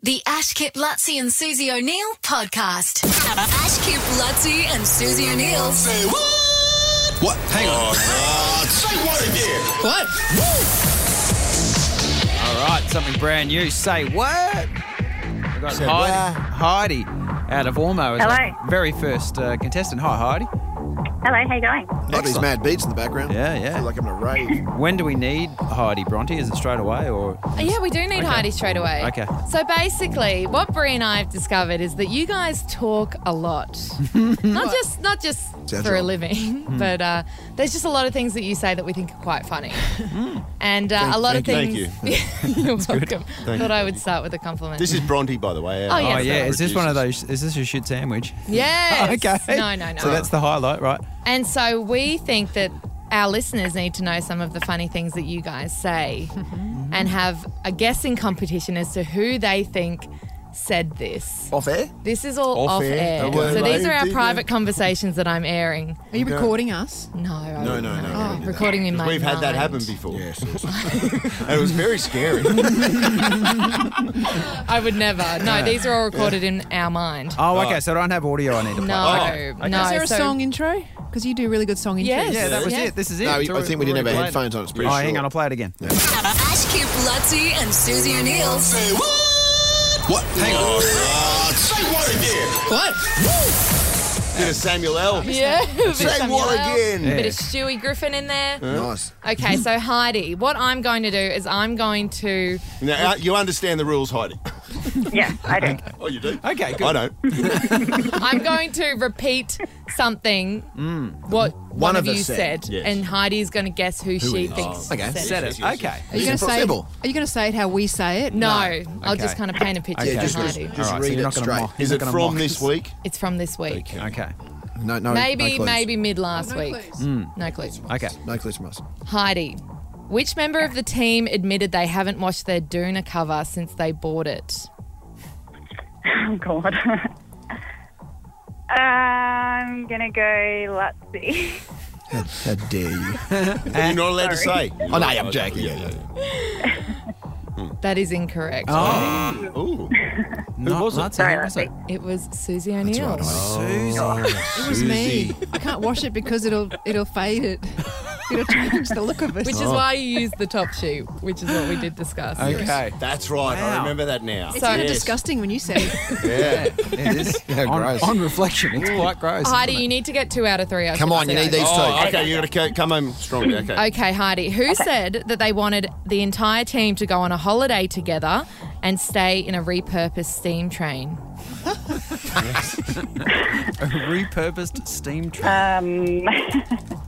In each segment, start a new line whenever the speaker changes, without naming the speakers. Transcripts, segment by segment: The Ashkip Lutzi and Susie O'Neill podcast. Ashkip Lutzi and Susie O'Neill.
Say what?
What? Hang on.
Oh,
what? Say what again?
What?
All right, something brand new. Say what? We've got
Say
Heidi, Heidi out of Ormo. as our
Hello.
Very first uh, contestant. Hi, Heidi.
Hello, how you going?
Like these mad beats in the background.
Yeah, yeah.
I feel like I'm in a rave.
When do we need Heidi Bronte? Is it straight away or?
Uh, Yeah, we do need Heidi straight away.
Okay.
So basically, what Brie and I have discovered is that you guys talk a lot. not just not just
Sounds
for a
wrong.
living, but uh, there's just a lot of things that you say that we think are quite funny. And uh, a lot of
thank
things. Thank you. You're welcome. Thought I would start with a compliment.
This is Bronte, by the way. Uh,
Oh, yeah.
Oh yeah, is this one of those? Is this a shit sandwich?
yes.
Okay.
No, no, no.
So that's the highlight, right?
And so we think that our listeners need to know some of the funny things that you guys say and have a guessing competition as to who they think said this.
Off air?
This is all
Off
off,
air.
air.
Okay.
So these are our
Lady.
private conversations that I'm airing.
Are you recording us?
No, I
No,
wouldn't
no,
Oh,
know.
no, no, no, no.
recording in my
We've had that
mind.
happen before.
Yes, yes.
And it was very scary.
I would never. No, these are all recorded in our mind.
Oh, okay. So I don't have audio. I need to play.
No,
Okay.
no.
Is there a
so-
song intro? Because you do really good song intros.
Yes.
Yeah, that was
Yes.
it. This is it.
No,
It's
I
already-
think we didn't have our
already played.
headphones on. It's pretty
Oh,
short.
hang on. I'll play it again.
Ashkip Lutzi and Susie O'Neill.
Say what? What? Hang on.
Oh,
What? Say what again?
What?
Bit of Samuel L.
Yeah. a bit
Say
of
what
Samuel.
again?
Bit of Stewie Griffin in there.
Nice.
Okay, so Heidi, what I'm going to do is I'm going to.
Now, uh, you understand the rules, Heidi.
Yeah, I do.
Oh, you do?
Okay, good.
I don't.
I'm going to repeat something what one,
of
of,
us
you
said.
said,
Yes.
and Heidi's going to guess who, she thinks
okay.
said
Set
it.
it. Okay.
Are you going to say?
Impossible.
Are you going to say it how we say it?
No, I'll
Okay.
just kind of paint a picture
Okay.
for
Just, just,
Heidi.
just
All right, so
read
you're
it
not gonna
straight.
mock.
Is
You're
it
not gonna
from
mock.
this week?
It's from this week.
Okay.
No, no, no
Maybe,
clues. Hmm.
maybe mid last week.
clues.
No clues.
Okay.
No clues from us.
Heidi, which member of the team admitted they haven't washed their Duna cover since they bought it?
Oh God. I'm gonna go. Let's see.
How dare you?
You're not allowed to say.
Oh, no, I'm joking.
Yeah, yeah,
That is incorrect.
Oh.
yeah. Ooh.
Who was it?
Sorry,
Who was it?
It was Susie O'Neill.
it was me. I can't wash it because it'll it'll fade it. It'll change the look of it.
Which is
Oh.
why you use the top shoe, which is what we did discuss.
Okay.
That's right. I
Wow.
remember that now.
it's
So-
kind of
Yes.
disgusting when you say it.
Yeah.
It is.
How
on,
gross.
on reflection, it's quite gross.
Uh,
Heidi, you need to get two out of three. I
Come
should
on, you
say.
need these
Oh,
two.
okay. You got to come home strongly. Okay.
Okay, Heidi, who said that they wanted the entire team to go on a holiday together and stay in a repurposed steam train?
A repurposed steam train.
Um,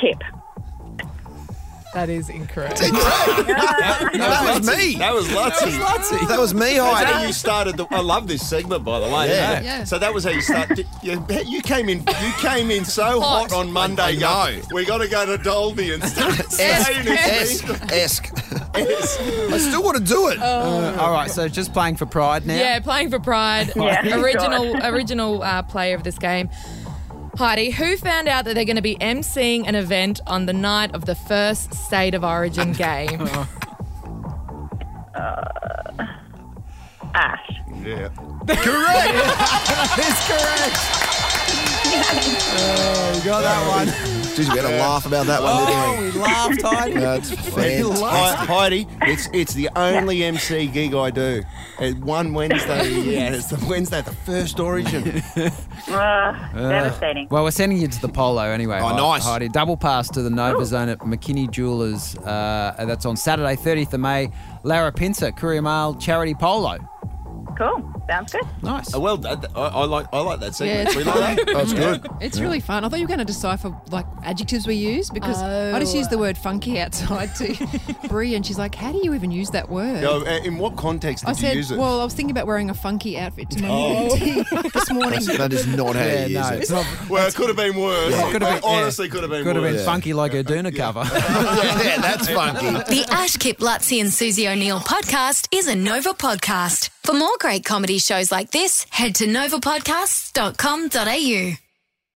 Kip.
That is incorrect.
That was me.
That was Lutzy.
That was me,
That's how
Heidi.
you started. The, I love this segment, by the way.
Yeah.
Yeah.
So that was how you started. You, you came in. You came in so hot,
Hot.
on Monday.
I know.
going, We got to go to Dolby and start staying in
Esk. Esk. I still want to do it.
Uh, All right, so just playing for pride now.
Oh. Yeah, playing for pride.
Yeah.
original original uh, player of this game. Heidi, who found out that they're going to be emceeing an event on the night of the first State of Origin game?
Ash.
Yeah.
That is correct. oh, we got that one.
Jeez, we had a laugh about that one,
Oh,
didn't
we laughed, Heidi.
we? That's fantastic.
Hi, Heidi, it's it's the only MC gig I do. It's one Wednesday. Yeah, it's the Wednesday, the first origin.
Ugh, devastating.
Well, we're sending you to the polo anyway.
Oh,
Hei-
nice.
Heidi. Double pass to the Nova
Oh.
Zone at McKinney Jewelers. Uh, that's on Saturday, 30th of May. Lara Pincer, Courier Mail Charity Polo.
Cool. Sounds good.
Nice.
Uh, well, that, I, I like I like that segment.
Yeah.
We like that.
That's good.
It's really fun. I thought you were going to decipher like adjectives we use because I just
Oh.
used the word funky outside to Brie, and she's like, "How do you even use that word?"
No, uh, in what context did
I
you
said,
use it? Oh.
well, I was thinking about wearing a funky outfit to my meeting this morning.
That is not how
yeah,
you use
no,
it.
it's not.
Well, it could have been worse.
Could have been,
Honestly, could have been
Could have
worse.
been funky like a Duna cover.
yeah, that's funky.
The Ashkip Lutzi and Susie O'Neill podcast is a Nova podcast. For more great comedy shows like this, head to novapodcasts.com.au.